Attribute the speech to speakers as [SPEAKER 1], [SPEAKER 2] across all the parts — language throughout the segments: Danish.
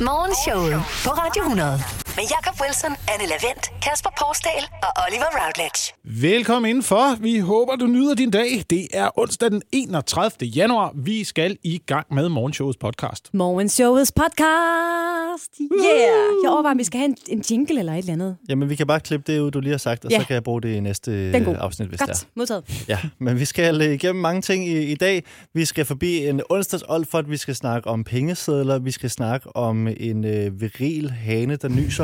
[SPEAKER 1] Morgenshowet på Radio 100. Med Jakob Wilson, Anne Lavendt, Kasper Porsdal og Oliver Routledge.
[SPEAKER 2] Velkommen indenfor. Vi håber, du nyder din dag. Det er onsdag den 31. januar. Vi skal i gang med morgenshowets podcast.
[SPEAKER 3] Morgenshowets podcast. Yeah! Jeg overvejer, om vi skal have en, en jingle eller et eller andet.
[SPEAKER 4] Jamen, vi kan bare klippe det ud, du lige har sagt, og
[SPEAKER 3] Ja.
[SPEAKER 4] så kan jeg bruge det i næste øh,
[SPEAKER 3] Den er god.
[SPEAKER 4] afsnit, hvis det
[SPEAKER 3] Godt,
[SPEAKER 4] er.
[SPEAKER 3] modtaget.
[SPEAKER 4] Ja, men vi skal øh, igennem mange ting i, i dag. Vi skal forbi en onsdags Olfert, vi skal snakke om pengesedler, vi skal snakke om en øh, viril hane, der nyser.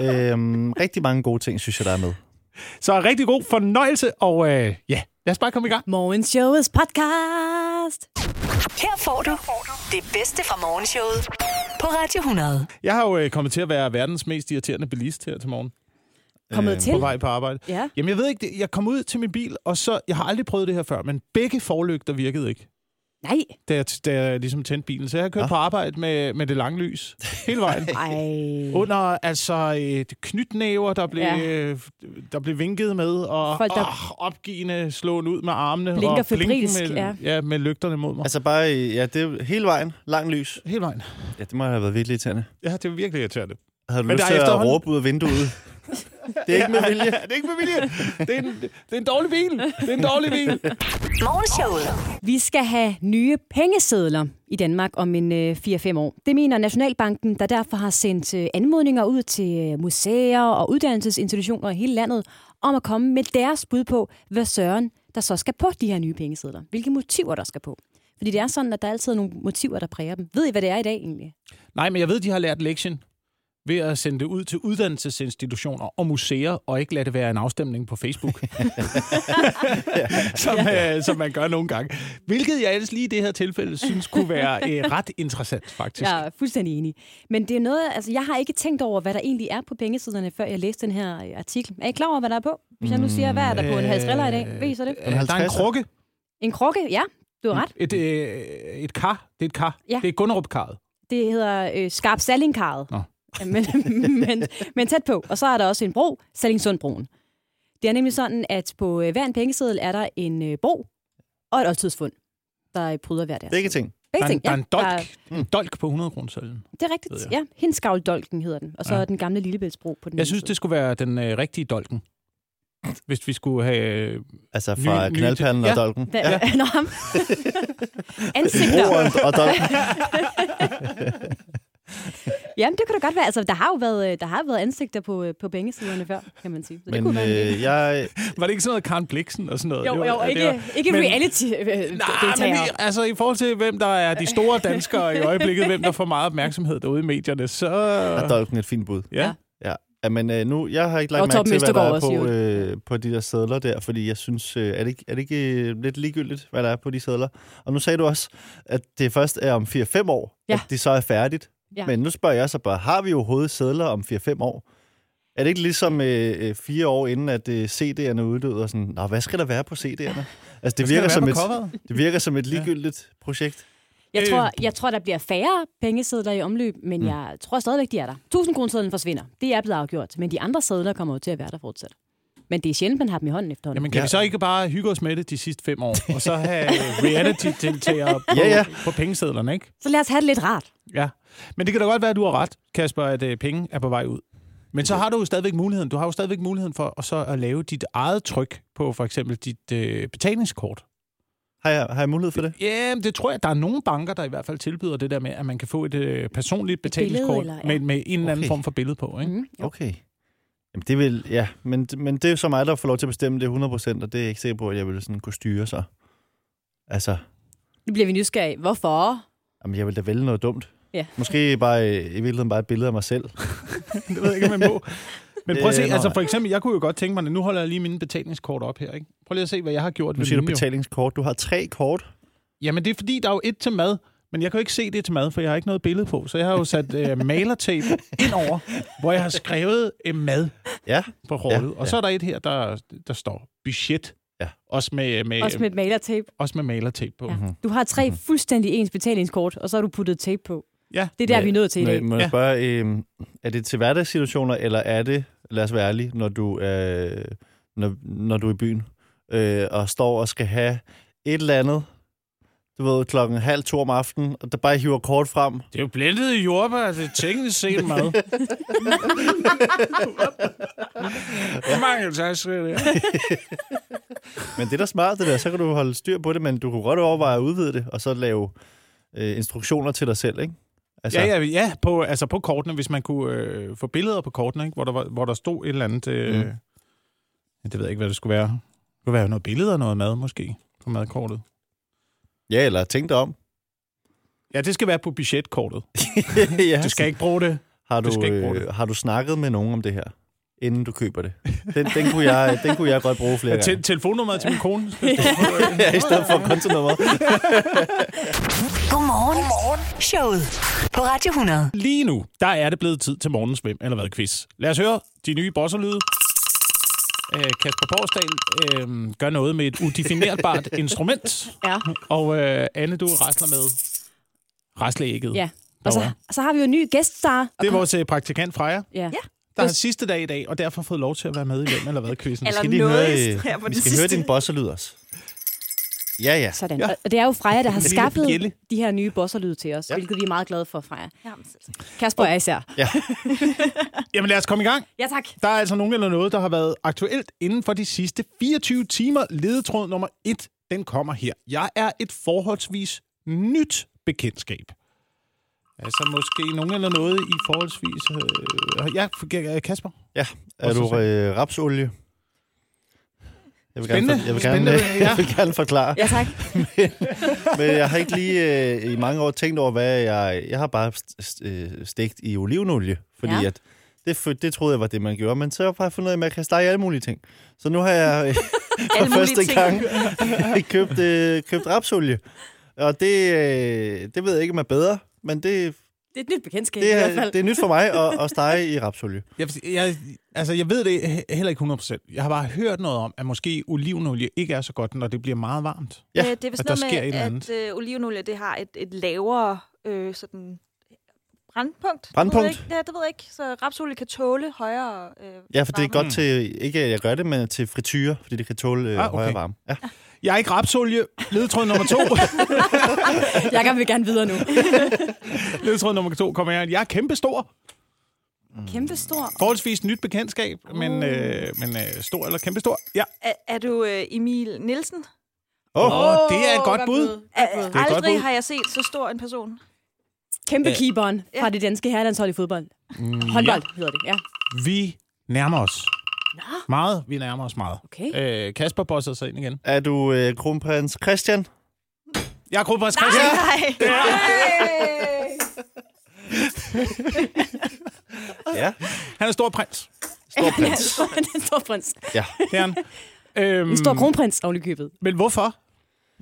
[SPEAKER 4] øhm, rigtig mange gode ting, synes jeg, der er med.
[SPEAKER 2] Så rigtig god fornøjelse, og øh, ja, lad os bare komme i gang.
[SPEAKER 3] Morgenshowets podcast.
[SPEAKER 1] Her får du det bedste fra morgenshowet på Radio 100.
[SPEAKER 2] Jeg har jo øh, kommet til at være verdens mest irriterende bilist her til morgen.
[SPEAKER 3] Kommet
[SPEAKER 4] Øhm,
[SPEAKER 3] til.
[SPEAKER 2] På vej på arbejde.
[SPEAKER 3] Ja.
[SPEAKER 2] Jamen, jeg ved ikke, det- jeg kom ud til min bil, og så, jeg har aldrig prøvet det her før, men begge forlygter virkede ikke,
[SPEAKER 3] Nej.
[SPEAKER 2] da jeg, da jeg ligesom tændte bilen. Så jeg har kørt
[SPEAKER 4] Nå.
[SPEAKER 2] på arbejde med, med det lange lys hele vejen.
[SPEAKER 3] Ej.
[SPEAKER 2] Under altså et knytnæver, der blev,
[SPEAKER 3] Ja.
[SPEAKER 2] ja. der blev vinket med, og
[SPEAKER 3] Folk,
[SPEAKER 2] Folk,
[SPEAKER 3] der-
[SPEAKER 2] der... oh, opgivende slåen ud med armene.
[SPEAKER 3] Blinker
[SPEAKER 2] og blinken
[SPEAKER 3] febrilsk,
[SPEAKER 2] med,
[SPEAKER 3] ja.
[SPEAKER 2] ja. med lygterne mod mig. Altså,
[SPEAKER 4] Altså bare, øh, ja, det er hele vejen, lang lys.
[SPEAKER 2] Hele vejen.
[SPEAKER 4] Ja, det må have været virkelig irriterende.
[SPEAKER 2] Ja, det er virkelig irriterende.
[SPEAKER 4] Havde du
[SPEAKER 2] Men
[SPEAKER 4] lyst
[SPEAKER 2] der er
[SPEAKER 4] til at
[SPEAKER 2] efterhånden-
[SPEAKER 4] råbe ud af vinduet? det er ikke med vilje.
[SPEAKER 2] det er ikke med vilje. Det er, en, det er en dårlig bil. Det er en dårlig bil.
[SPEAKER 1] Morgenshowet.
[SPEAKER 3] Vi skal have nye pengesedler i Danmark om en øh, 4-5 år. Det mener Nationalbanken, der derfor har sendt øh, anmodninger ud til øh, museer og uddannelsesinstitutioner i hele landet om at komme med deres bud på, hvad søren der så skal på de her nye pengesedler. Hvilke motiver der skal på. Fordi det er sådan, at der altid er nogle motiver, der præger dem. Ved I, hvad det er i dag egentlig?
[SPEAKER 2] Nej, men jeg ved, de har lært lektien ved at sende det ud til uddannelsesinstitutioner og museer, og ikke lade det være en afstemning på Facebook. som, øh, som man gør nogle gange. Hvilket jeg ellers lige i det her tilfælde synes kunne være øh, ret interessant, faktisk.
[SPEAKER 3] Jeg er fuldstændig enig. Men det er noget, altså jeg har ikke tænkt over, hvad der egentlig er på pengesiderne, før jeg læste den her øh, artikel. Er I klar over, hvad der er på? Hvis jeg nu siger, hvad er der på en halsriller i dag? Ved I så det?
[SPEAKER 2] Øh, Der er en
[SPEAKER 4] 50'er.
[SPEAKER 2] krukke.
[SPEAKER 3] En krukke, ja. Du har ret.
[SPEAKER 2] Et, øh, et kar. Det er et kar.
[SPEAKER 3] Ja.
[SPEAKER 2] Ja. Det er Gunnerup-karet.
[SPEAKER 3] Det hedder øh, Skarp Sallingkaret.
[SPEAKER 2] Nå.
[SPEAKER 3] Men, men, men tæt på. Og så er der også en bro, Sallingsundbroen. Det er nemlig sådan, at på øh, hver en pengeseddel er der en øh, bro og et oldtidsfund, der øh, bryder hver deres.
[SPEAKER 4] Begge ting.
[SPEAKER 2] Der,
[SPEAKER 3] Begge
[SPEAKER 2] er en-
[SPEAKER 3] ting,
[SPEAKER 2] der er
[SPEAKER 3] ja.
[SPEAKER 2] en
[SPEAKER 3] Der er-
[SPEAKER 2] dolk. En dolk på 100 kroner
[SPEAKER 3] Det er
[SPEAKER 2] ved
[SPEAKER 3] rigtigt, ja. Hinskavl-dolken hedder den. Og så
[SPEAKER 2] Ja.
[SPEAKER 3] ja. den gamle Lillebæltsbro på den anden
[SPEAKER 2] Jeg synes,
[SPEAKER 3] side.
[SPEAKER 2] det skulle være den øh, rigtige dolken. Hvis vi skulle have... Øh,
[SPEAKER 4] Altså
[SPEAKER 2] Ny-
[SPEAKER 4] fra
[SPEAKER 2] ny-
[SPEAKER 4] knaldperlen
[SPEAKER 2] ja.
[SPEAKER 4] og dolken.
[SPEAKER 3] Hvad, ja. Nå, ham. Ansigter.
[SPEAKER 4] Broen og dolken.
[SPEAKER 3] Jamen, det kunne da godt være. Altså, der har jo været, øh, der har været ansigter på, øh, på pengesedlerne før, kan man sige. Så det
[SPEAKER 4] Men
[SPEAKER 3] kunne være en idé.
[SPEAKER 4] øh, jeg,
[SPEAKER 2] var det ikke sådan noget Karen Bliksen og sådan noget?
[SPEAKER 3] Jo,
[SPEAKER 2] Det var-
[SPEAKER 3] jo,
[SPEAKER 2] det
[SPEAKER 3] ikke,
[SPEAKER 2] var-
[SPEAKER 3] ikke øh,
[SPEAKER 2] men- Nej, men
[SPEAKER 3] reality-deltagere.
[SPEAKER 2] i- altså i forhold til, hvem der er de store danskere i øjeblikket, hvem der får meget opmærksomhed derude i medierne, så...
[SPEAKER 4] er dolken et fint bud.
[SPEAKER 2] Ja.
[SPEAKER 4] Ja, Ja, men øh, nu, jeg har ikke lagt
[SPEAKER 3] Og
[SPEAKER 4] mærke
[SPEAKER 3] Torben
[SPEAKER 4] til, hvad der er
[SPEAKER 3] Østergaard
[SPEAKER 4] på, øh, på de der sædler der, fordi jeg synes, øh, er, det ikke, er det ikke øh, lidt ligegyldigt, hvad der er på de sædler? Og nu sagde du også, at det først er om 4-5 år,
[SPEAKER 3] Ja.
[SPEAKER 4] ja. at de så er færdigt.
[SPEAKER 3] Ja.
[SPEAKER 4] Ja. Men nu spørger jeg så bare, har vi overhovedet sædler om 4-5 år? Er det ikke ligesom øh, øh, fire år inden, at øh, CD'erne uddøde, og sådan, Nå, hvad skal der være på CD'erne? Altså, det, virker
[SPEAKER 2] der
[SPEAKER 4] som
[SPEAKER 2] være
[SPEAKER 4] et,
[SPEAKER 2] på coveret?
[SPEAKER 4] det virker som et ligegyldigt projekt.
[SPEAKER 3] Jeg
[SPEAKER 2] Øh.
[SPEAKER 3] tror, jeg tror, der bliver færre pengesedler i omløb, men mm. jeg tror stadigvæk, de er der. 1000 kronersedlen forsvinder. Det er blevet afgjort, men de andre sedler kommer jo til at være der fortsat. Men det er sjældent, man har dem i hånden efterhånden.
[SPEAKER 2] Jamen, kan ja.
[SPEAKER 4] Ja.
[SPEAKER 2] vi så ikke bare hygge os med det de sidste fem år, og så have reality-deltagere på,
[SPEAKER 4] Ja, ja.
[SPEAKER 2] på pengesedlerne, ikke?
[SPEAKER 3] Så lad os have det lidt rart.
[SPEAKER 2] Ja, men det kan da godt være, at du har ret, Kasper, at øh, penge er på vej ud. Men så har du jo stadigvæk muligheden. Du har jo stadigvæk muligheden for at, så at lave dit eget tryk på for eksempel dit øh, betalingskort.
[SPEAKER 4] Har jeg, har jeg mulighed for det?
[SPEAKER 2] Ja, men det tror jeg, der er nogle banker, der i hvert fald tilbyder det der med, at man kan få et øh, personligt betalingskort
[SPEAKER 3] eller- ja.
[SPEAKER 2] med, med en eller anden
[SPEAKER 4] Okay.
[SPEAKER 2] form for billede på. Ikke? Mm.
[SPEAKER 3] Mm.
[SPEAKER 4] Okay. Jamen, det vil, ja, men, men det er jo så mig, der får lov til at bestemme det 100%, og det er jeg ikke sikker på, at jeg vil sådan kunne styre sig. Altså,
[SPEAKER 3] Nu bliver vi nysgerrige. Hvorfor?
[SPEAKER 4] jamen, jeg vil da vælge noget dumt.
[SPEAKER 3] Ja.
[SPEAKER 4] Måske bare, øh, i virkeligheden bare et billede af mig selv.
[SPEAKER 2] Det ved jeg ikke, om man må. Men prøv at se,
[SPEAKER 4] Øh, nå,
[SPEAKER 2] altså
[SPEAKER 4] ja.
[SPEAKER 2] for eksempel, jeg kunne jo godt tænke mig, nu holder jeg lige mine betalingskort op her, ikke? Prøv lige at se, hvad jeg har gjort.
[SPEAKER 4] Nu
[SPEAKER 2] ved
[SPEAKER 4] siger du
[SPEAKER 2] mine, jo.
[SPEAKER 4] betalingskort. Du har tre kort.
[SPEAKER 2] Jamen, det er fordi, der er jo et til mad, men jeg kan jo ikke se det til mad, for jeg har ikke noget billede på. Så jeg har jo sat øh, malertape ind over, hvor jeg har skrevet øh, mad
[SPEAKER 4] Ja,
[SPEAKER 2] på rollet. Ja,
[SPEAKER 4] Ja,
[SPEAKER 2] ja.
[SPEAKER 4] ja.
[SPEAKER 2] Og så er der et her, der, der står budget.
[SPEAKER 4] Ja.
[SPEAKER 2] Også med, øh, med,
[SPEAKER 3] Også med et malertape.
[SPEAKER 2] også med malertape på.
[SPEAKER 3] Ja.
[SPEAKER 2] Ja.
[SPEAKER 3] Du har tre fuldstændig ens betalingskort, og så har du puttet tape på.
[SPEAKER 2] ja.
[SPEAKER 3] Det er der, vi er nødt til i
[SPEAKER 4] Må
[SPEAKER 3] dag.
[SPEAKER 4] jeg- Må jeg
[SPEAKER 2] Ja.
[SPEAKER 4] spørge, øh, er det til hverdagssituationer, eller er det, lad os være ærlige, når du, øh, når, når du er i byen, øh, og står og skal have et eller andet, du ved, klokken halv to om aftenen, og der bare hiver kort frem.
[SPEAKER 2] Det er jo blendet i jordbær, det er teknisk set mad. Hvor mange tasker det er.
[SPEAKER 4] Men det er da smart, det der. Så kan du holde styr på det, men du kunne godt overveje at udvide det, og så lave øh, instruktioner til dig selv, ikke? Altså,
[SPEAKER 2] Ja, ja, ja på, altså på kortene, hvis man kunne øh, få billeder på kortene, ikke? Hvor, der var, hvor der stod et eller andet... Øh,
[SPEAKER 4] Mm.
[SPEAKER 2] mm. Det ved jeg ikke, hvad det skulle være. Det kunne være noget billeder og noget mad, måske, på madkortet.
[SPEAKER 4] ja eller tænk dig om.
[SPEAKER 2] Ja, det skal være på budgetkortet.
[SPEAKER 4] ja,
[SPEAKER 2] Du skal ikke bruge det.
[SPEAKER 4] Har du,
[SPEAKER 2] Du skal ikke bruge
[SPEAKER 4] øh,
[SPEAKER 2] det.
[SPEAKER 4] har du snakket med nogen om det her, inden du køber det? Den, den, kunne, jeg, den kunne jeg godt bruge flere
[SPEAKER 2] Ja,
[SPEAKER 4] gange.
[SPEAKER 2] te- telefonnummeret til min kone.
[SPEAKER 4] Ja, i stedet for kontonummeret.
[SPEAKER 1] Godmorgen. Godmorgen. Showet på Radio 100.
[SPEAKER 2] Lige nu, der er det blevet tid til morgens Hvem eller hvad quiz. Lad os høre de nye bosserlyde. Øh, Kasper Borsdal øh, gør noget med et udefinerbart instrument.
[SPEAKER 3] Ja.
[SPEAKER 2] Og øh, Anne, du rasler med rasleægget.
[SPEAKER 3] ja. Og så,
[SPEAKER 2] Nå, ja.
[SPEAKER 3] og så har vi jo en ny gæststar.
[SPEAKER 2] Det er vores øh, praktikant Freja,
[SPEAKER 3] Ja. ja.
[SPEAKER 2] der har sidste dag i dag, og derfor har fået lov til at være med i Hvem eller hvad quizzen.
[SPEAKER 5] Eller
[SPEAKER 4] Skal lige høre,
[SPEAKER 5] noget
[SPEAKER 4] øh,
[SPEAKER 5] her på
[SPEAKER 4] vi
[SPEAKER 5] det
[SPEAKER 4] skal høre
[SPEAKER 5] sidste.
[SPEAKER 4] din bosselyd også. Ja, ja.
[SPEAKER 3] Sådan. Ja. Og det er jo Freja, der har
[SPEAKER 2] Lille
[SPEAKER 3] skaffet
[SPEAKER 2] bjælle.
[SPEAKER 3] de her nye bosserlyde til os,
[SPEAKER 4] Ja.
[SPEAKER 3] ja. hvilket vi er meget glade for, Freja.
[SPEAKER 5] Ja, men selv tak.
[SPEAKER 3] Kasper er især.
[SPEAKER 2] Jamen lad os komme i gang.
[SPEAKER 5] Ja, tak.
[SPEAKER 2] Der er altså nogen eller noget, der har været aktuelt inden for de sidste 24 timer. Ledetråd nummer 1, den kommer her. Jeg er et forholdsvis nyt bekendtskab. Altså måske nogen eller noget i forholdsvis... Øh, ja, f- Kasper.
[SPEAKER 4] ja. Er du øh, rapsolie? Jeg vil, gerne,
[SPEAKER 2] Spændende.
[SPEAKER 4] for, jeg, vil gerne,
[SPEAKER 2] Spændende,
[SPEAKER 4] øh,
[SPEAKER 2] ja.
[SPEAKER 4] jeg vil gerne forklare,
[SPEAKER 3] Ja, tak.
[SPEAKER 4] men jeg har ikke lige øh, i mange år tænkt over, hvad jeg... Jeg har bare st- st- øh, stegt i olivenolie, fordi ja.
[SPEAKER 3] Ja.
[SPEAKER 4] at det, fø- det troede jeg var det, man gjorde, men så har jeg fundet ud af, at man kan stege i alle mulige ting. Så nu har jeg øh,
[SPEAKER 5] Alle
[SPEAKER 4] for
[SPEAKER 5] mulige
[SPEAKER 4] første
[SPEAKER 5] ting. Øh,
[SPEAKER 4] gang købt, øh, købt rapsolie, og det, øh, det ved jeg ikke, om er bedre, men det,
[SPEAKER 3] Det er et nyt bekendtskab i
[SPEAKER 4] det,
[SPEAKER 3] hvert
[SPEAKER 4] er,
[SPEAKER 3] fald.
[SPEAKER 4] det er nyt for mig at, at stege i rapsolie.
[SPEAKER 2] Jeg, jeg, altså, jeg ved det he- heller ikke 100%. Jeg har bare hørt noget om, at måske olivenolie ikke er så godt, når det bliver meget varmt.
[SPEAKER 4] Ja,
[SPEAKER 5] Ja, det er vist
[SPEAKER 2] at der
[SPEAKER 5] noget
[SPEAKER 2] sker et
[SPEAKER 5] med,
[SPEAKER 2] eller andet.
[SPEAKER 5] at øh, olivenolie det har et, et lavere øh, sådan, brandpunkt.
[SPEAKER 4] Brandpunkt?
[SPEAKER 5] Det ved jeg ikke. Ja, det ved jeg ikke. Så rapsolie kan tåle højere øh,
[SPEAKER 4] Ja, for det er
[SPEAKER 5] varme.
[SPEAKER 4] godt til, ikke at jeg gør det, men til frityre, fordi det kan tåle øh, ah,
[SPEAKER 2] Ah,
[SPEAKER 4] okay.
[SPEAKER 2] okay.
[SPEAKER 4] højere varme. Ja.
[SPEAKER 2] Jeg er ikke rapsolie. Ledetråd nummer to.
[SPEAKER 3] Jeg kan vil gerne videre nu.
[SPEAKER 2] Ledetråd nummer to kommer her. Jeg er kæmpestor.
[SPEAKER 3] Kæmpe stor.
[SPEAKER 2] Forholdsvis nyt bekendtskab, men,
[SPEAKER 3] Uh.
[SPEAKER 2] øh, men øh, stor eller kæmpestor. Ja.
[SPEAKER 5] Er, er du øh, Emil Nielsen?
[SPEAKER 4] Oh,
[SPEAKER 2] Åh, oh, det er et godt bud.
[SPEAKER 5] Er,
[SPEAKER 4] et godt bud.
[SPEAKER 5] aldrig har jeg set så stor en person.
[SPEAKER 3] Kæmpe keeperen fra det danske herrelandshold i fodbold. Håndbold hedder det, ja.
[SPEAKER 2] Vi nærmer os. Meget. Vi nærmer os meget.
[SPEAKER 3] Okay.
[SPEAKER 2] Øh, Kasper bosser sig ind igen.
[SPEAKER 4] er du øh, kronprins Christian?
[SPEAKER 2] Jeg er Kronprins Christian.
[SPEAKER 5] Nej.
[SPEAKER 4] Ja,
[SPEAKER 2] Han er stor prins.
[SPEAKER 4] stor
[SPEAKER 3] Ja,
[SPEAKER 4] prins.
[SPEAKER 3] en stor prins.
[SPEAKER 4] Ja.
[SPEAKER 2] Det er han. øhm,
[SPEAKER 3] En stor kronprins oven i købet.
[SPEAKER 2] Men hvorfor?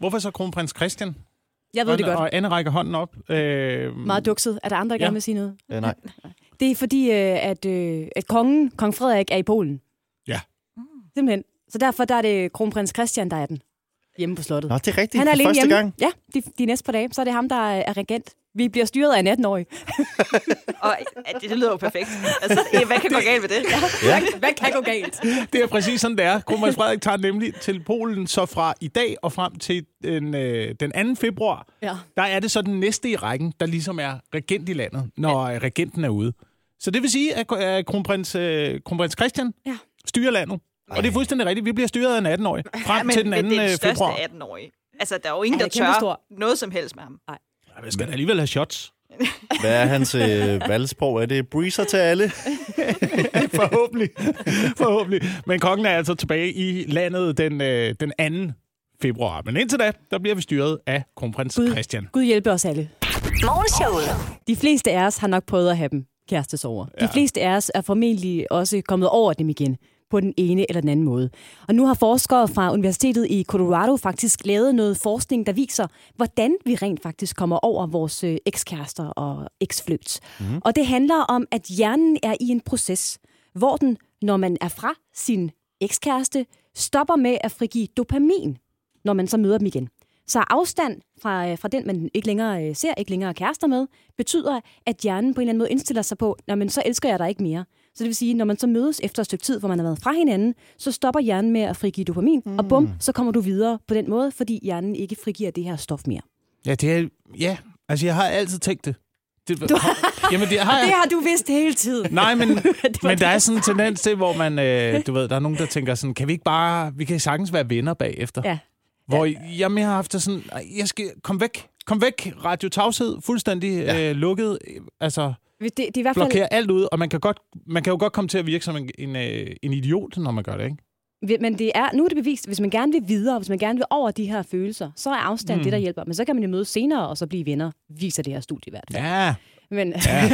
[SPEAKER 2] Hvorfor så Kronprins Christian?
[SPEAKER 3] Jeg ved det godt.
[SPEAKER 2] Og Anne rækker hånden op. Øh,
[SPEAKER 3] Meget dukset. Er der andre, der
[SPEAKER 2] Ja.
[SPEAKER 3] gerne vil sige noget?
[SPEAKER 4] Øh, nej.
[SPEAKER 3] Det er fordi, øh, at, øh, at kongen, kong Frederik, er i Polen.
[SPEAKER 2] Ja.
[SPEAKER 3] Simpelthen. Så derfor der er det kronprins Christian, der er den. Hjemme på slottet.
[SPEAKER 4] Nå, det er rigtigt.
[SPEAKER 3] Han er
[SPEAKER 4] For
[SPEAKER 3] alene
[SPEAKER 4] første
[SPEAKER 3] hjemme.
[SPEAKER 4] gang.
[SPEAKER 3] Ja, de, de næste par dage. Så er det ham, der er regent. Vi bliver styret af en 18-årig.
[SPEAKER 5] Og ja, det, det lyder jo perfekt. Altså, ja, hvad kan gå galt ved det?
[SPEAKER 4] Ja.
[SPEAKER 3] Hvad kan gå galt?
[SPEAKER 2] Det er præcis sådan, det er. Kronprins Frederik tager nemlig til Polen, så fra i dag og frem til den, øh, den 2. februar,
[SPEAKER 3] Ja.
[SPEAKER 2] der er det så den næste i rækken, der ligesom er regent i landet, når ja. regenten er ude. Så det vil sige, at ko- at kronprins, øh, kronprins Christian
[SPEAKER 3] Ja.
[SPEAKER 2] styrer landet. Og det er fuldstændig rigtigt. Vi bliver styret af en 18-årig frem
[SPEAKER 5] Ja,
[SPEAKER 2] til den 2.
[SPEAKER 5] det er den største
[SPEAKER 2] februar.
[SPEAKER 5] 18-årige. Altså, der er jo ingen,
[SPEAKER 3] Han
[SPEAKER 5] der
[SPEAKER 3] er kæmpestor.
[SPEAKER 5] tør noget som helst med ham.
[SPEAKER 2] Ja, men skal da alligevel have shots.
[SPEAKER 4] Hvad er hans øh, valgsprog? Er det breezer til alle?
[SPEAKER 2] Forhåbentlig. Forhåbentlig. Men kongen er altså tilbage i landet den, øh, den 2. februar. Men indtil da, der bliver vi styret af kronprins
[SPEAKER 3] Gud.
[SPEAKER 2] Christian.
[SPEAKER 3] Gud hjælpe os alle.
[SPEAKER 1] Morgenshowet.
[SPEAKER 3] De fleste af os har nok prøvet at have dem kærestesover. Ja. De fleste af os er formentlig også kommet over dem igen på den ene eller den anden måde. Og nu har forskere fra Universitetet i Colorado faktisk lavet noget forskning, der viser, hvordan vi rent faktisk kommer over vores øh, ekskærester og eksfløts. Mm. Og det handler om, at hjernen er i en proces, hvor den, når man er fra sin ekskæreste, stopper med at frigive dopamin, når man så møder dem igen. Så afstand fra, øh, fra den, man ikke længere øh, ser, ikke længere er kærester med, betyder, at hjernen på en eller anden måde indstiller sig på, når man så elsker jeg dig ikke mere. Så det vil sige, når man så mødes efter et stykke tid, hvor man har været fra hinanden, så stopper hjernen med at frigive dopamin, mm. og bum, så kommer du videre på den måde, fordi hjernen ikke frigiver det her stof mere.
[SPEAKER 2] Ja, det er... Ja, altså jeg har altid tænkt det. det du har... Jamen, det har
[SPEAKER 3] Det
[SPEAKER 2] jeg.
[SPEAKER 3] har du vidst hele tiden.
[SPEAKER 2] Nej, men,
[SPEAKER 3] var
[SPEAKER 2] men der er sådan en tendens til, hvor man, øh, du ved, der er nogen, der tænker sådan, kan vi ikke bare, vi kan sagtens være venner bagefter.
[SPEAKER 3] Ja.
[SPEAKER 2] Hvor jeg mere har haft det sådan, "Ej, jeg skal, kom væk, kom væk, radio tavshed, fuldstændig ja. øh, lukket, øh, altså
[SPEAKER 3] Det, det er i hvert fald...
[SPEAKER 2] blokere alt ud, og man kan, godt, man kan jo godt komme til at virke som en, en, øh, en idiot, når man gør det, ikke?
[SPEAKER 3] Men det er, nu er det bevist, hvis man gerne vil videre, hvis man gerne vil over de her følelser, så er afstand mm. det, der hjælper. Men så kan man jo mødes senere og så blive venner, viser det her studie i hvert fald.
[SPEAKER 2] Ja.
[SPEAKER 3] Men, ja.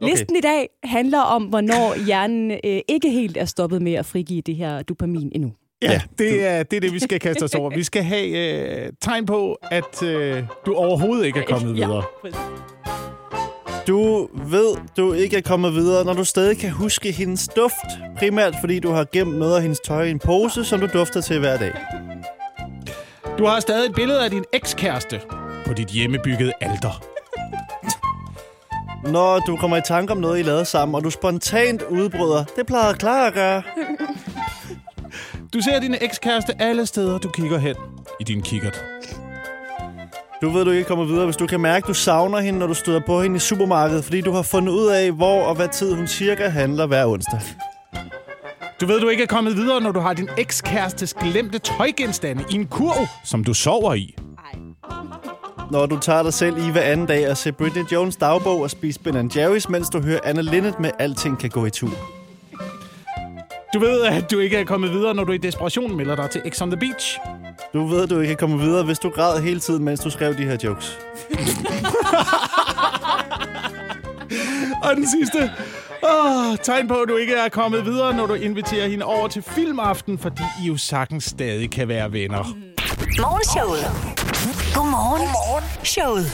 [SPEAKER 3] Listen i dag handler om, hvornår hjernen øh, ikke helt er stoppet med at frigive det her dopamin endnu.
[SPEAKER 2] Ja, det er, det er det, vi skal kaste os over. Vi skal have øh, tegn på, at øh, du overhovedet ikke er kommet videre.
[SPEAKER 4] Du ved, du ikke er kommet videre, når du stadig kan huske hendes duft. Primært fordi du har gemt noget af hendes tøj i en pose, som du dufter til hver dag.
[SPEAKER 2] Du har stadig et billede af din ekskæreste på dit hjemmebyggede alter.
[SPEAKER 4] Når du kommer i tanke om noget, I lavede sammen, og du spontant udbryder, det plejede klar at gøre.
[SPEAKER 2] Du ser din ekskæreste alle steder, du kigger hen i din kikkert.
[SPEAKER 4] Du ved, du ikke kommer videre, hvis du kan mærke, du savner hende, når du støder på hende i supermarkedet, fordi du har fundet ud af, hvor og hvad tid hun cirka handler hver onsdag.
[SPEAKER 2] Du ved, du ikke er kommet videre, når du har din ekskærestes glemte tøjgenstande i en kurv, som du sover i.
[SPEAKER 4] Når du tager dig selv i hver anden dag og ser Britney Jones dagbog og spiser Ben Jerry's, mens du hører Anna Linnet med Alting kan gå i tur.
[SPEAKER 2] Du ved, at du ikke er kommet videre, når du i desperation melder dig til X on the Beach.
[SPEAKER 4] Du ved, du ikke kan komme videre, hvis du græd hele tiden, mens du skrev de her jokes.
[SPEAKER 2] Og den sidste. Oh, tegn på, at du ikke er kommet videre, når du inviterer hende over til filmaften, fordi I jo sagtens stadig kan være venner.
[SPEAKER 1] Morgenshowet. Godmorgen. Godmorgen. Showet.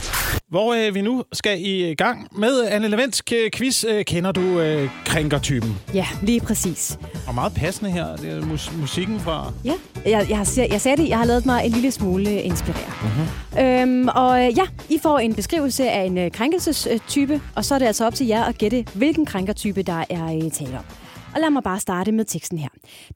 [SPEAKER 2] Hvor øh, vi nu skal i gang med Anne Leventsk øh, quiz. Øh, kender du øh, krænkertypen?
[SPEAKER 3] Ja, lige præcis.
[SPEAKER 2] Og meget passende her, det er mus- musikken fra...
[SPEAKER 3] Ja, jeg, jeg, har, jeg sagde det, jeg har lavet mig en lille smule inspireret. Mm-hmm. Øhm, og øh, ja, I får en beskrivelse af en øh, krænkelsestype, og så er det altså op til jer at gætte, hvilken krænkertype der er øh, tale om. Og lad mig bare starte med teksten her.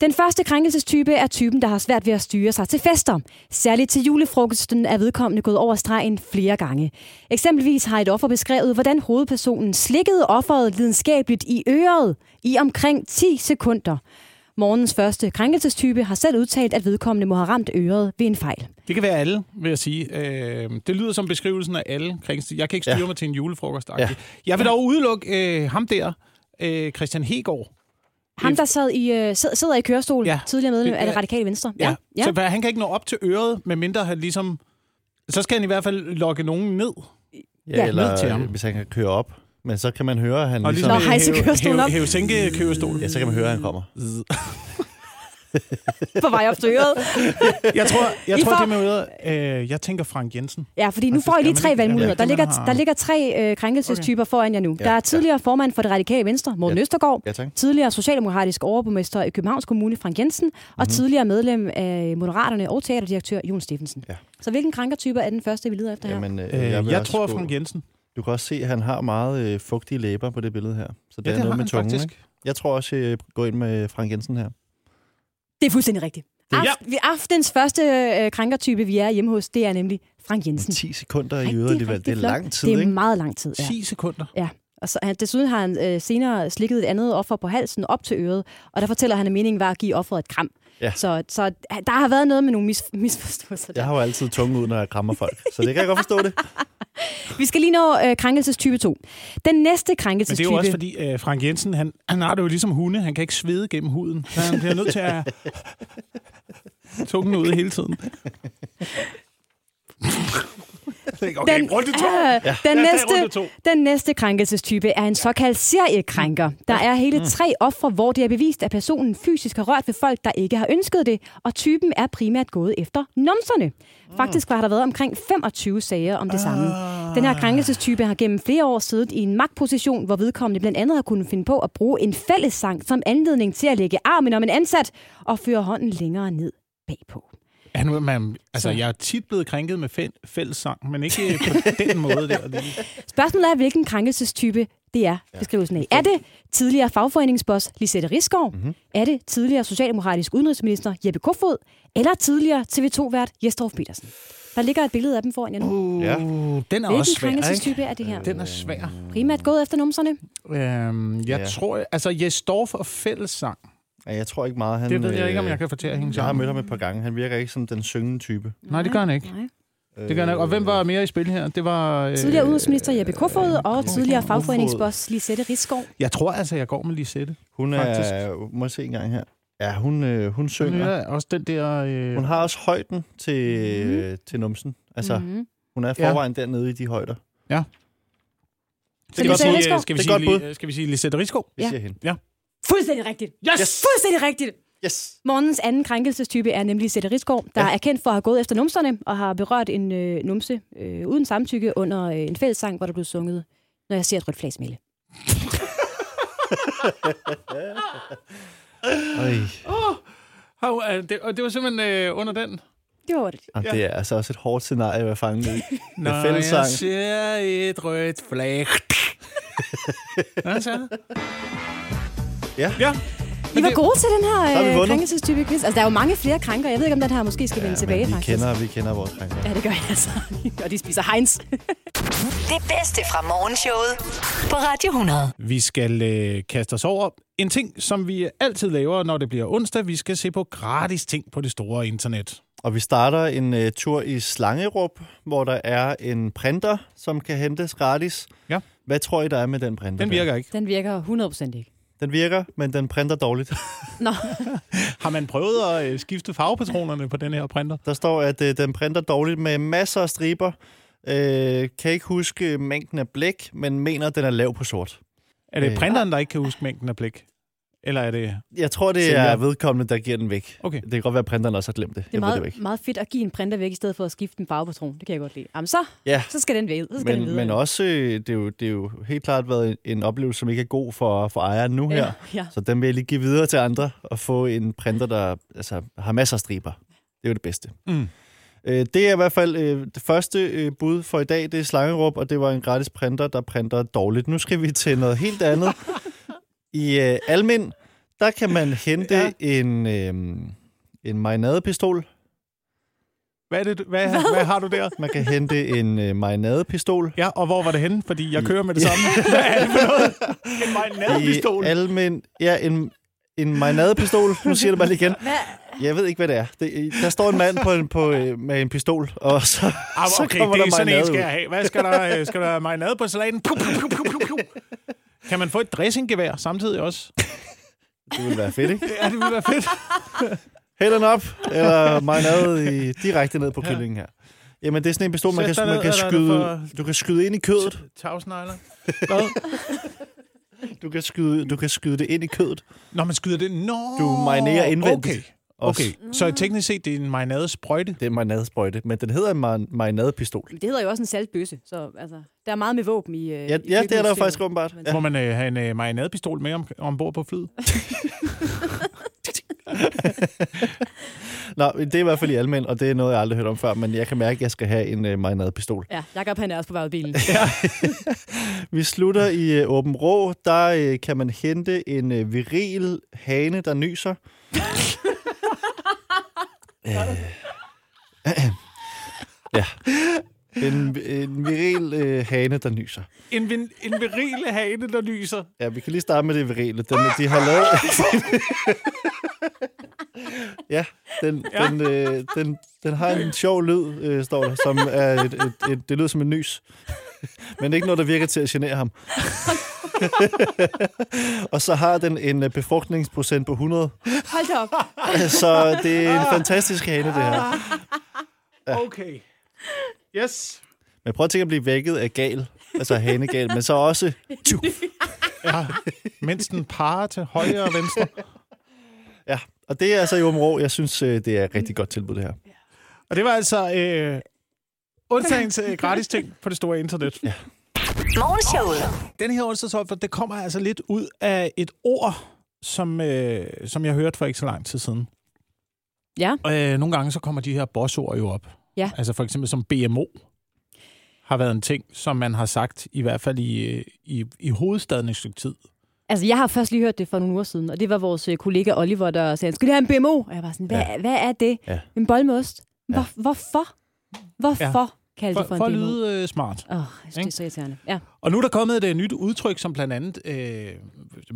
[SPEAKER 3] Den første krænkelsestype er typen, der har svært ved at styre sig til fester. Særligt til julefrokosten er vedkommende gået over stregen flere gange. Eksempelvis har et offer beskrevet, hvordan hovedpersonen slikkede offeret lidenskabeligt i øret i omkring 10 sekunder. Morgens første krænkelsestype har selv udtalt, at vedkommende må have ramt øret ved en fejl.
[SPEAKER 2] Det kan være alle, vil jeg sige. Øh, det lyder som beskrivelsen af alle krænkelser. Jeg kan ikke styre ja. mig til en julefrokost. Ja. Jeg vil dog udelukke øh, ham der, øh, Christian Hegård.
[SPEAKER 3] Ham, der sad i, øh, sid- sidder i kørestol,
[SPEAKER 2] Ja.
[SPEAKER 3] ja. tidligere medlem
[SPEAKER 2] Det-
[SPEAKER 3] af det radikale venstre.
[SPEAKER 2] ja. Så hvad, han kan ikke nå op til øret, medmindre han ligesom... Så skal han i hvert fald lokke nogen ned.
[SPEAKER 4] Ja,
[SPEAKER 3] Ja.
[SPEAKER 4] eller
[SPEAKER 2] Ned til ham.
[SPEAKER 4] øh, hvis han kan køre op. Men så kan man høre, at han
[SPEAKER 2] Og
[SPEAKER 4] ligesom...
[SPEAKER 2] ligesom
[SPEAKER 3] Nå, hejse kørestolen op.
[SPEAKER 2] hæve, sænke øh, kørestol.
[SPEAKER 4] Ja, så kan man høre, at han kommer.
[SPEAKER 3] på vej op til øret.
[SPEAKER 2] Jeg tror, jeg
[SPEAKER 3] I
[SPEAKER 2] tror
[SPEAKER 3] får-
[SPEAKER 2] det med øret, øh, jeg tænker Frank Jensen.
[SPEAKER 3] Ja, fordi nu
[SPEAKER 2] Altså,
[SPEAKER 3] får I
[SPEAKER 2] skal
[SPEAKER 3] lige
[SPEAKER 2] man
[SPEAKER 3] tre
[SPEAKER 2] ikke-
[SPEAKER 3] valgmuligheder.
[SPEAKER 2] Ja,
[SPEAKER 3] Der
[SPEAKER 2] det
[SPEAKER 3] ligger,
[SPEAKER 2] kan man have-
[SPEAKER 3] der ligger tre øh, krænkelsestyper foran jer nu.
[SPEAKER 4] Ja,
[SPEAKER 3] Der
[SPEAKER 4] ja.
[SPEAKER 3] er tidligere formand for det radikale venstre, Morten
[SPEAKER 4] Ja.
[SPEAKER 3] Østergaard.
[SPEAKER 4] Ja, tak.
[SPEAKER 3] Tidligere socialdemokratisk overborgmester i Københavns Kommune, Frank Jensen. Og tidligere medlem af Moderaterne og teaterdirektør, Jon Steffensen.
[SPEAKER 4] Ja.
[SPEAKER 3] Så hvilken krænkertype er den første, vi lider efter her?
[SPEAKER 4] Jamen, øh,
[SPEAKER 2] Øh, jeg
[SPEAKER 4] vil
[SPEAKER 2] jeg
[SPEAKER 4] også
[SPEAKER 2] tror
[SPEAKER 4] gå-
[SPEAKER 2] Frank Jensen.
[SPEAKER 4] Du kan også se, at han har meget øh, fugtige læber på det billede her. Så det
[SPEAKER 2] Ja,
[SPEAKER 4] er
[SPEAKER 2] det
[SPEAKER 4] noget
[SPEAKER 2] har
[SPEAKER 4] med
[SPEAKER 2] han
[SPEAKER 4] tungen,
[SPEAKER 2] faktisk.
[SPEAKER 4] ikke? Jeg tror også, jeg går ind med Frank Jensen her.
[SPEAKER 3] Det er fuldstændig rigtigt.
[SPEAKER 2] Det-
[SPEAKER 3] Aft, ja. Aftens første øh, krænkertype, vi er hjemme hos, det er nemlig Frank Jensen.
[SPEAKER 4] 10 sekunder
[SPEAKER 3] Ej,
[SPEAKER 4] i
[SPEAKER 3] det er
[SPEAKER 4] øret alligevel. Det er
[SPEAKER 3] rigtig flot.
[SPEAKER 4] lang tid,
[SPEAKER 3] Det er
[SPEAKER 4] ikke?
[SPEAKER 3] meget lang tid, ja.
[SPEAKER 2] 10 sekunder.
[SPEAKER 3] ja. Og så, han, desuden har han øh, senere slikket et andet offer på halsen op til øret, og der fortæller han, at meningen var at give offeret et kram.
[SPEAKER 4] Ja.
[SPEAKER 3] Så, så der har været noget med nogle mis, misforståelser.
[SPEAKER 4] Jeg
[SPEAKER 3] Ja.
[SPEAKER 4] har jo altid tungen ud, når jeg krammer folk. Så det kan jeg godt forstå det.
[SPEAKER 3] Vi skal lige nå øh, krænkelsestype 2. Den næste
[SPEAKER 2] Men det
[SPEAKER 3] krænkelsestype...
[SPEAKER 2] er jo også fordi, øh, Frank Jensen, han, han har det jo ligesom hunde. Han kan ikke svede gennem huden. Så han bliver nødt til at tungen ud hele tiden. okay,
[SPEAKER 3] Den-
[SPEAKER 2] runde to.
[SPEAKER 3] Ja.
[SPEAKER 2] Ja,
[SPEAKER 3] Den,
[SPEAKER 2] det er runde
[SPEAKER 3] næste,
[SPEAKER 2] to.
[SPEAKER 3] den næste krænkelsestype er en såkaldt seriekrænker. Der er hele tre ofre, hvor det er bevist, at personen fysisk har rørt ved folk, der ikke har ønsket det, og typen er primært gået efter nomserne. Faktisk har der været omkring 25 sager om det samme. Den her krænkelsestype har gennem flere år siddet i en magtposition, hvor vedkommende blandt andet har kunnet finde på at bruge en fællessang som anledning til at lægge armen om en ansat og føre hånden længere ned bagpå.
[SPEAKER 2] Han, var- man, altså,
[SPEAKER 3] Så.
[SPEAKER 2] jeg er tit blevet krænket med fæl, fællessang, men ikke øh, på den måde der. Det er-
[SPEAKER 3] Spørgsmålet er, hvilken krænkelsestype det er, beskrivelsen af. Er det tidligere fagforeningsboss Lisette Rigsgaard? Mm-hmm. Er det tidligere socialdemokratisk udenrigsminister Jeppe Kofod? Eller tidligere TV2-vært Jesdorf Petersen? Der ligger et billede af dem foran jer nu.
[SPEAKER 2] Uh,
[SPEAKER 4] Ja.
[SPEAKER 2] Den er også
[SPEAKER 3] Hvilken
[SPEAKER 2] svær, ikke?
[SPEAKER 3] krænkelsestype er det her?
[SPEAKER 2] Den er svær.
[SPEAKER 3] Primært gået efter numserne.
[SPEAKER 2] Øhm, jeg
[SPEAKER 4] Ja.
[SPEAKER 2] ja. tror, altså Jesdorf og fællessang,
[SPEAKER 4] Ja, jeg tror ikke meget, han...
[SPEAKER 2] det ved jeg ikke, om
[SPEAKER 4] øh,
[SPEAKER 2] jeg kan fortælle hende
[SPEAKER 4] Jeg har
[SPEAKER 2] sammen.
[SPEAKER 4] mødt ham et par gange. Han virker ikke som den syngende type. Øh,
[SPEAKER 2] Nej, det gør han ikke.
[SPEAKER 3] Nej.
[SPEAKER 2] Det gør han ikke. Og hvem var mere i spil her? Det var... Øh,
[SPEAKER 3] Tidligere udenrigsminister Jeppe Kofod og tidligere
[SPEAKER 4] Kofod.
[SPEAKER 3] fagforeningsboss Lisette Rigsgaard.
[SPEAKER 2] Jeg tror altså, jeg går med Lisette.
[SPEAKER 4] Hun er...
[SPEAKER 2] faktisk?
[SPEAKER 4] Må jeg se en gang her? Ja, hun, øh, hun
[SPEAKER 2] Hun
[SPEAKER 4] synger.
[SPEAKER 2] er også den der... Øh,
[SPEAKER 4] Hun har også højden til, øh,
[SPEAKER 3] Mhm.
[SPEAKER 4] til numsen. Altså,
[SPEAKER 3] Mm-hmm.
[SPEAKER 4] hun er i
[SPEAKER 2] Ja.
[SPEAKER 4] forvejen dernede i de højder.
[SPEAKER 3] Så Lisette Risgaard?
[SPEAKER 2] skal,
[SPEAKER 4] Det
[SPEAKER 2] vi
[SPEAKER 4] er
[SPEAKER 2] sige,
[SPEAKER 4] et godt
[SPEAKER 2] Li- skal vi sige Lisette Risgaard?
[SPEAKER 4] Det
[SPEAKER 3] Ja.
[SPEAKER 4] ja. siger hende.
[SPEAKER 3] Fuldstændig rigtigt. Yes! Fuldstændig rigtigt.
[SPEAKER 4] Yes!
[SPEAKER 3] Morgens anden krænkelsestype er nemlig Sætte Rigsgaard, der ja.
[SPEAKER 4] Ja.
[SPEAKER 3] er kendt for at have gået efter numserne og har berørt en øh, numse øh, uden samtykke under øh, en fællessang, hvor der blev sunget, når jeg ser et rødt flag smille.
[SPEAKER 4] Øj.
[SPEAKER 2] Hov, øh, det, og det var simpelthen øh, under den.
[SPEAKER 3] Det var det.
[SPEAKER 4] Og det er altså også et hårdt scenarie at være fanget i. Med
[SPEAKER 2] Når jeg
[SPEAKER 4] fællessang.
[SPEAKER 2] ser et rødt flag. Hvad så?
[SPEAKER 4] Ja.
[SPEAKER 2] ja.
[SPEAKER 3] I var gode til den her
[SPEAKER 4] har vi
[SPEAKER 3] øh,
[SPEAKER 4] vundet.
[SPEAKER 3] krænkelsestype quiz. Altså, der er jo mange flere krænker. Jeg ved ikke, om den her måske skal ja, vende tilbage,
[SPEAKER 4] vi
[SPEAKER 3] faktisk.
[SPEAKER 4] kender, vi kender vores krænker.
[SPEAKER 3] Ja, det gør jeg altså. og de spiser Heinz.
[SPEAKER 1] Det bedste fra morgenshowet på Radio 100.
[SPEAKER 2] Vi skal øh, kaste os over en ting, som vi altid laver, når det bliver onsdag. Vi skal se på gratis ting på det store internet.
[SPEAKER 4] Og vi starter en uh, tur i Slangerup, hvor der er en printer, som kan hentes gratis.
[SPEAKER 2] Ja.
[SPEAKER 4] Hvad tror I, der er med den printer?
[SPEAKER 2] Den
[SPEAKER 4] der?
[SPEAKER 2] virker ikke.
[SPEAKER 3] Den virker 100% ikke.
[SPEAKER 4] Den virker, men den printer dårligt.
[SPEAKER 3] Nå,
[SPEAKER 2] Har man prøvet at øh, skifte farvepatronerne på den her printer?
[SPEAKER 4] Der står, at øh, den printer dårligt med masser af striber. Øh, kan ikke huske mængden af blæk, men mener, at den er lav på sort.
[SPEAKER 2] Er det
[SPEAKER 4] Øh.
[SPEAKER 2] printeren, der ikke kan huske mængden af blik? Eller er det...
[SPEAKER 4] Jeg tror, det
[SPEAKER 2] Sælger.
[SPEAKER 4] er vedkommende, der giver den væk.
[SPEAKER 2] Okay.
[SPEAKER 4] Det kan godt være, at printeren også har glemt det.
[SPEAKER 3] det er
[SPEAKER 4] jeg ved det
[SPEAKER 3] meget,
[SPEAKER 4] jo ikke.
[SPEAKER 3] meget fedt at give en printer væk, i stedet for at skifte en farvepatron. Det kan jeg godt lide. Jamen, så,
[SPEAKER 4] Ja,
[SPEAKER 3] så skal den væk. Så skal den
[SPEAKER 4] men,
[SPEAKER 3] videre.
[SPEAKER 4] men også, øh, det er, jo, det er jo helt klart været en oplevelse, som ikke er god for, for ejeren nu her.
[SPEAKER 3] Ja, ja.
[SPEAKER 4] Så den vil jeg lige give videre til andre og få en printer, der altså, har masser af striber. Det er jo det bedste.
[SPEAKER 2] Mm.
[SPEAKER 4] Øh, det er i hvert fald øh, det første øh, bud for i dag, det er Slangerup, og det var en gratis printer, der printer dårligt. Nu skal vi til noget helt andet. I øh, Almin, der kan man hente ja.
[SPEAKER 2] Ja.
[SPEAKER 4] en, øh, en marinadepistol.
[SPEAKER 2] Hvad, er det, du- hvad, hvad? hvad har du der?
[SPEAKER 4] Man kan hente en øh, marinadepistol.
[SPEAKER 2] Ja, og hvor var det henne? Fordi jeg kører med det samme. Hvad er det for noget? En marinadepistol.
[SPEAKER 4] I Almin, ja, en, en marinadepistol. Nu siger jeg det bare lige igen.
[SPEAKER 3] Hvad?
[SPEAKER 4] Jeg ved ikke, hvad det er. Det, der står en mand på en, på, øh, med en pistol, og så,
[SPEAKER 2] Ah,
[SPEAKER 4] så
[SPEAKER 2] okay,
[SPEAKER 4] kommer
[SPEAKER 2] det er
[SPEAKER 4] der
[SPEAKER 2] sådan en,
[SPEAKER 4] marinade
[SPEAKER 2] skal
[SPEAKER 4] ud.
[SPEAKER 2] jeg have. Hvad skal der, øh, skal der marinade på salaten? Puh, puh, puh, puh, puh, puh. Kan man få et dressinggevær samtidig også?
[SPEAKER 4] Det ville være fedt, ikke?
[SPEAKER 2] Ja, det ville være fedt.
[SPEAKER 4] Hælderen op, eller marinade i, direkte ned på kyllingen her. Jamen, det er sådan en pistol, man
[SPEAKER 2] Sæt
[SPEAKER 4] kan,
[SPEAKER 2] dig
[SPEAKER 4] man
[SPEAKER 2] ned,
[SPEAKER 4] kan
[SPEAKER 2] eller er det
[SPEAKER 4] skyde... Du kan skyde ind i kødet.
[SPEAKER 2] Tavsnegler.
[SPEAKER 4] Du kan skyde, du kan skyde det ind i kødet.
[SPEAKER 2] Når man skyder det... Nå,
[SPEAKER 4] Du marinerer indvendigt.
[SPEAKER 2] Okay.
[SPEAKER 4] Også.
[SPEAKER 2] okay, så teknisk set, det er en marinadesprøjte.
[SPEAKER 4] Det er en marinadesprøjte, men den hedder en mar- marinadepistol.
[SPEAKER 3] Det hedder jo også en saltbøsse, så altså, der er meget med våben i... Øh,
[SPEAKER 4] Ja,
[SPEAKER 3] i
[SPEAKER 4] ja det er der jo
[SPEAKER 3] køkkensystemet.
[SPEAKER 4] faktisk åbenbart. Ja.
[SPEAKER 2] Må man øh, have en øh, marinadepistol med om, ombord på flyet?
[SPEAKER 4] Nå, det er i hvert fald i almen, og det er noget, jeg aldrig har hørt om før, men jeg kan mærke, at jeg skal have en øh, marinadepistol.
[SPEAKER 3] Ja, Jacob han er også på vej ud af bilen.
[SPEAKER 4] Vi slutter i øh, Åben Rå. Der øh, kan man hente en øh, viril hane, der nyser. øh. ja. En, en viril øh, hane, der nyser.
[SPEAKER 2] En, vin, en virile hane, der lyser.
[SPEAKER 4] Ja, vi kan lige starte med det virile. Den, de har lavet... ja, den, ja. Den, øh, den, den har en sjov lyd, øh, står der, som er et, et, et, det lyder som en nys. Men ikke noget, der virker til at genere ham. og så har den en øh, befrugtningsprocent på 100.
[SPEAKER 3] Hold da op.
[SPEAKER 4] Så det er en fantastisk hane, det her.
[SPEAKER 2] Okay. Yes.
[SPEAKER 4] Men prøv at tænke at blive vækket af gal. Altså hanegal, men så også... Tju.
[SPEAKER 2] Ja. Mens den parer til højre og venstre.
[SPEAKER 4] Ja, og det er altså i Åben Rå. Jeg synes, øh, det er et rigtig godt tilbud, det her.
[SPEAKER 2] Og det var altså øh, onsdagens øh, gratis ting på det store internet. Ja.
[SPEAKER 1] Morgenshowet.
[SPEAKER 2] Den her onsdagsopfer, det kommer altså lidt ud af et ord, som, øh, som jeg hørte for ikke så lang tid siden.
[SPEAKER 3] Ja.
[SPEAKER 2] Øh, nogle gange så kommer de her bossord jo op.
[SPEAKER 3] Ja.
[SPEAKER 2] Altså for eksempel som BMO har været en ting, som man har sagt, i hvert fald i, øh, i, i hovedstaden et stykke tid.
[SPEAKER 3] Altså, jeg har først lige hørt det for nogle uger siden, og det var vores øh, kollega Oliver, der sagde, skal du have en BMO? Og jeg var sådan, hvad, ja. hvad er det?
[SPEAKER 4] Ja.
[SPEAKER 3] En bold med ost? Hvor,
[SPEAKER 4] Ja.
[SPEAKER 3] Hvorfor? Hvorfor ja. kalder
[SPEAKER 2] For,
[SPEAKER 3] det for,
[SPEAKER 2] for at
[SPEAKER 3] en BMO?
[SPEAKER 2] lyde øh, smart.
[SPEAKER 3] Åh, oh, jeg synes, det er så irriterende. Ja.
[SPEAKER 2] Og nu er der kommet et øh, nyt udtryk, som blandt andet øh,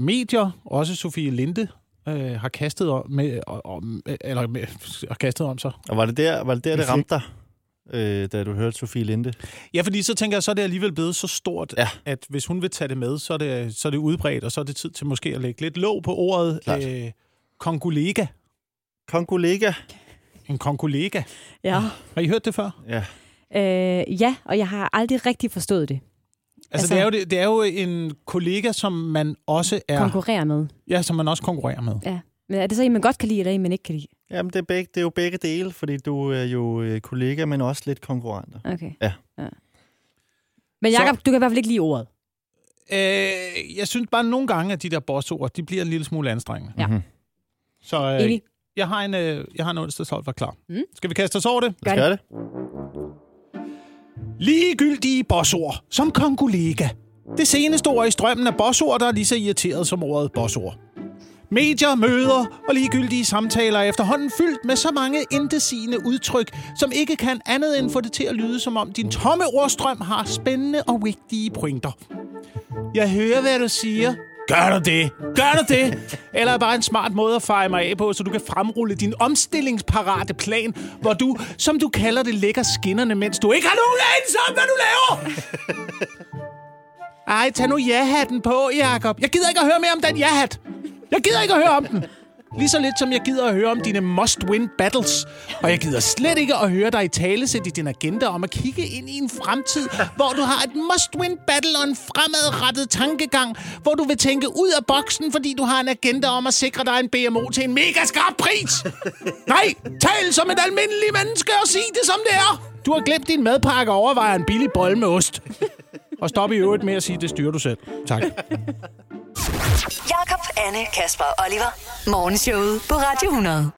[SPEAKER 2] medier, også Sofie Linde, øh, har kastet om, med, om eller med, har kastet om sig.
[SPEAKER 4] Og var det der, var det, der, det ramte dig, øh, da du hørte Sofie Linde?
[SPEAKER 2] Ja, fordi så tænker jeg, så er det alligevel blevet så stort,
[SPEAKER 4] Ja.
[SPEAKER 2] ja. at hvis hun vil tage det med, så er det, så er det udbredt, og så er det tid til måske at lægge lidt låg på ordet
[SPEAKER 4] Klart.
[SPEAKER 2] øh, kongolega.
[SPEAKER 4] Kongolega.
[SPEAKER 2] En kongolega.
[SPEAKER 3] Ja.
[SPEAKER 2] Har I hørt det før? Altså,
[SPEAKER 4] Ja.
[SPEAKER 3] Øh, ja, og jeg har aldrig rigtig forstået det.
[SPEAKER 2] Altså,
[SPEAKER 3] Altså-
[SPEAKER 2] altså det, er jo, det, det er jo en kollega, som man også er,
[SPEAKER 3] Konkurrere med.
[SPEAKER 2] ja, som man også konkurrerer med.
[SPEAKER 3] Ja. Men er det så en, man godt kan lide, eller en, man ikke kan lide?
[SPEAKER 4] Jamen, det er, begge, det er jo begge dele, fordi du er jo øh, kollega, men også lidt konkurrenter.
[SPEAKER 3] Okay.
[SPEAKER 4] Ja.
[SPEAKER 3] ja. Men Jacob, så... du kan i hvert fald ikke lide ordet.
[SPEAKER 2] Øh, jeg synes bare nogle gange, at de der bossord, de bliver en lille smule anstrengende.
[SPEAKER 3] Ja.
[SPEAKER 4] Mhm.
[SPEAKER 2] Så
[SPEAKER 3] Øh.
[SPEAKER 2] øh,
[SPEAKER 3] Enig.
[SPEAKER 2] jeg har en, øh, jeg har en onsdagshold, var klar.
[SPEAKER 3] Mm.
[SPEAKER 2] Mm. Skal vi kaste os over det?
[SPEAKER 4] Lad os gøre det.
[SPEAKER 2] Ligegyldige bossord, som kongolega. Det seneste ord i strømmen af bossord, der er lige så irriteret som ordet bossord. Medier, møder og ligegyldige samtaler er efterhånden fyldt med så mange indesigende udtryk, som ikke kan andet end få det til at lyde, som om din tomme ordstrøm har spændende og vigtige pointer. Jeg hører, hvad du siger. Gør du det? Gør du det? Eller er bare en smart måde at feje mig af på, så du kan fremrulle din omstillingsparate plan, hvor du, som du kalder det, lægger skinnerne, mens du ikke har nogen anelse om, hvad du laver? Ej, tag nu ja-hatten på, Jakob. Jeg gider ikke at høre mere om den ja-hat. Jeg gider ikke at høre om den. Lige så lidt som jeg gider at høre om dine must-win battles. Og jeg gider slet ikke at høre dig i tale i din agenda om at kigge ind i en fremtid, hvor du har et must-win battle og en fremadrettet tankegang, hvor du vil tænke ud af boksen, fordi du har en agenda om at sikre dig en BMO til en mega skarp pris. Nej, tal som et almindeligt menneske og sig det som det er. Du har glemt din madpakke og overvejer en billig bolle med ost. Og stop i øvrigt med at sige, det styrer du selv. Tak.
[SPEAKER 1] Jakob, Anne, Kasper og Oliver. Morgenshowet på Radio 100.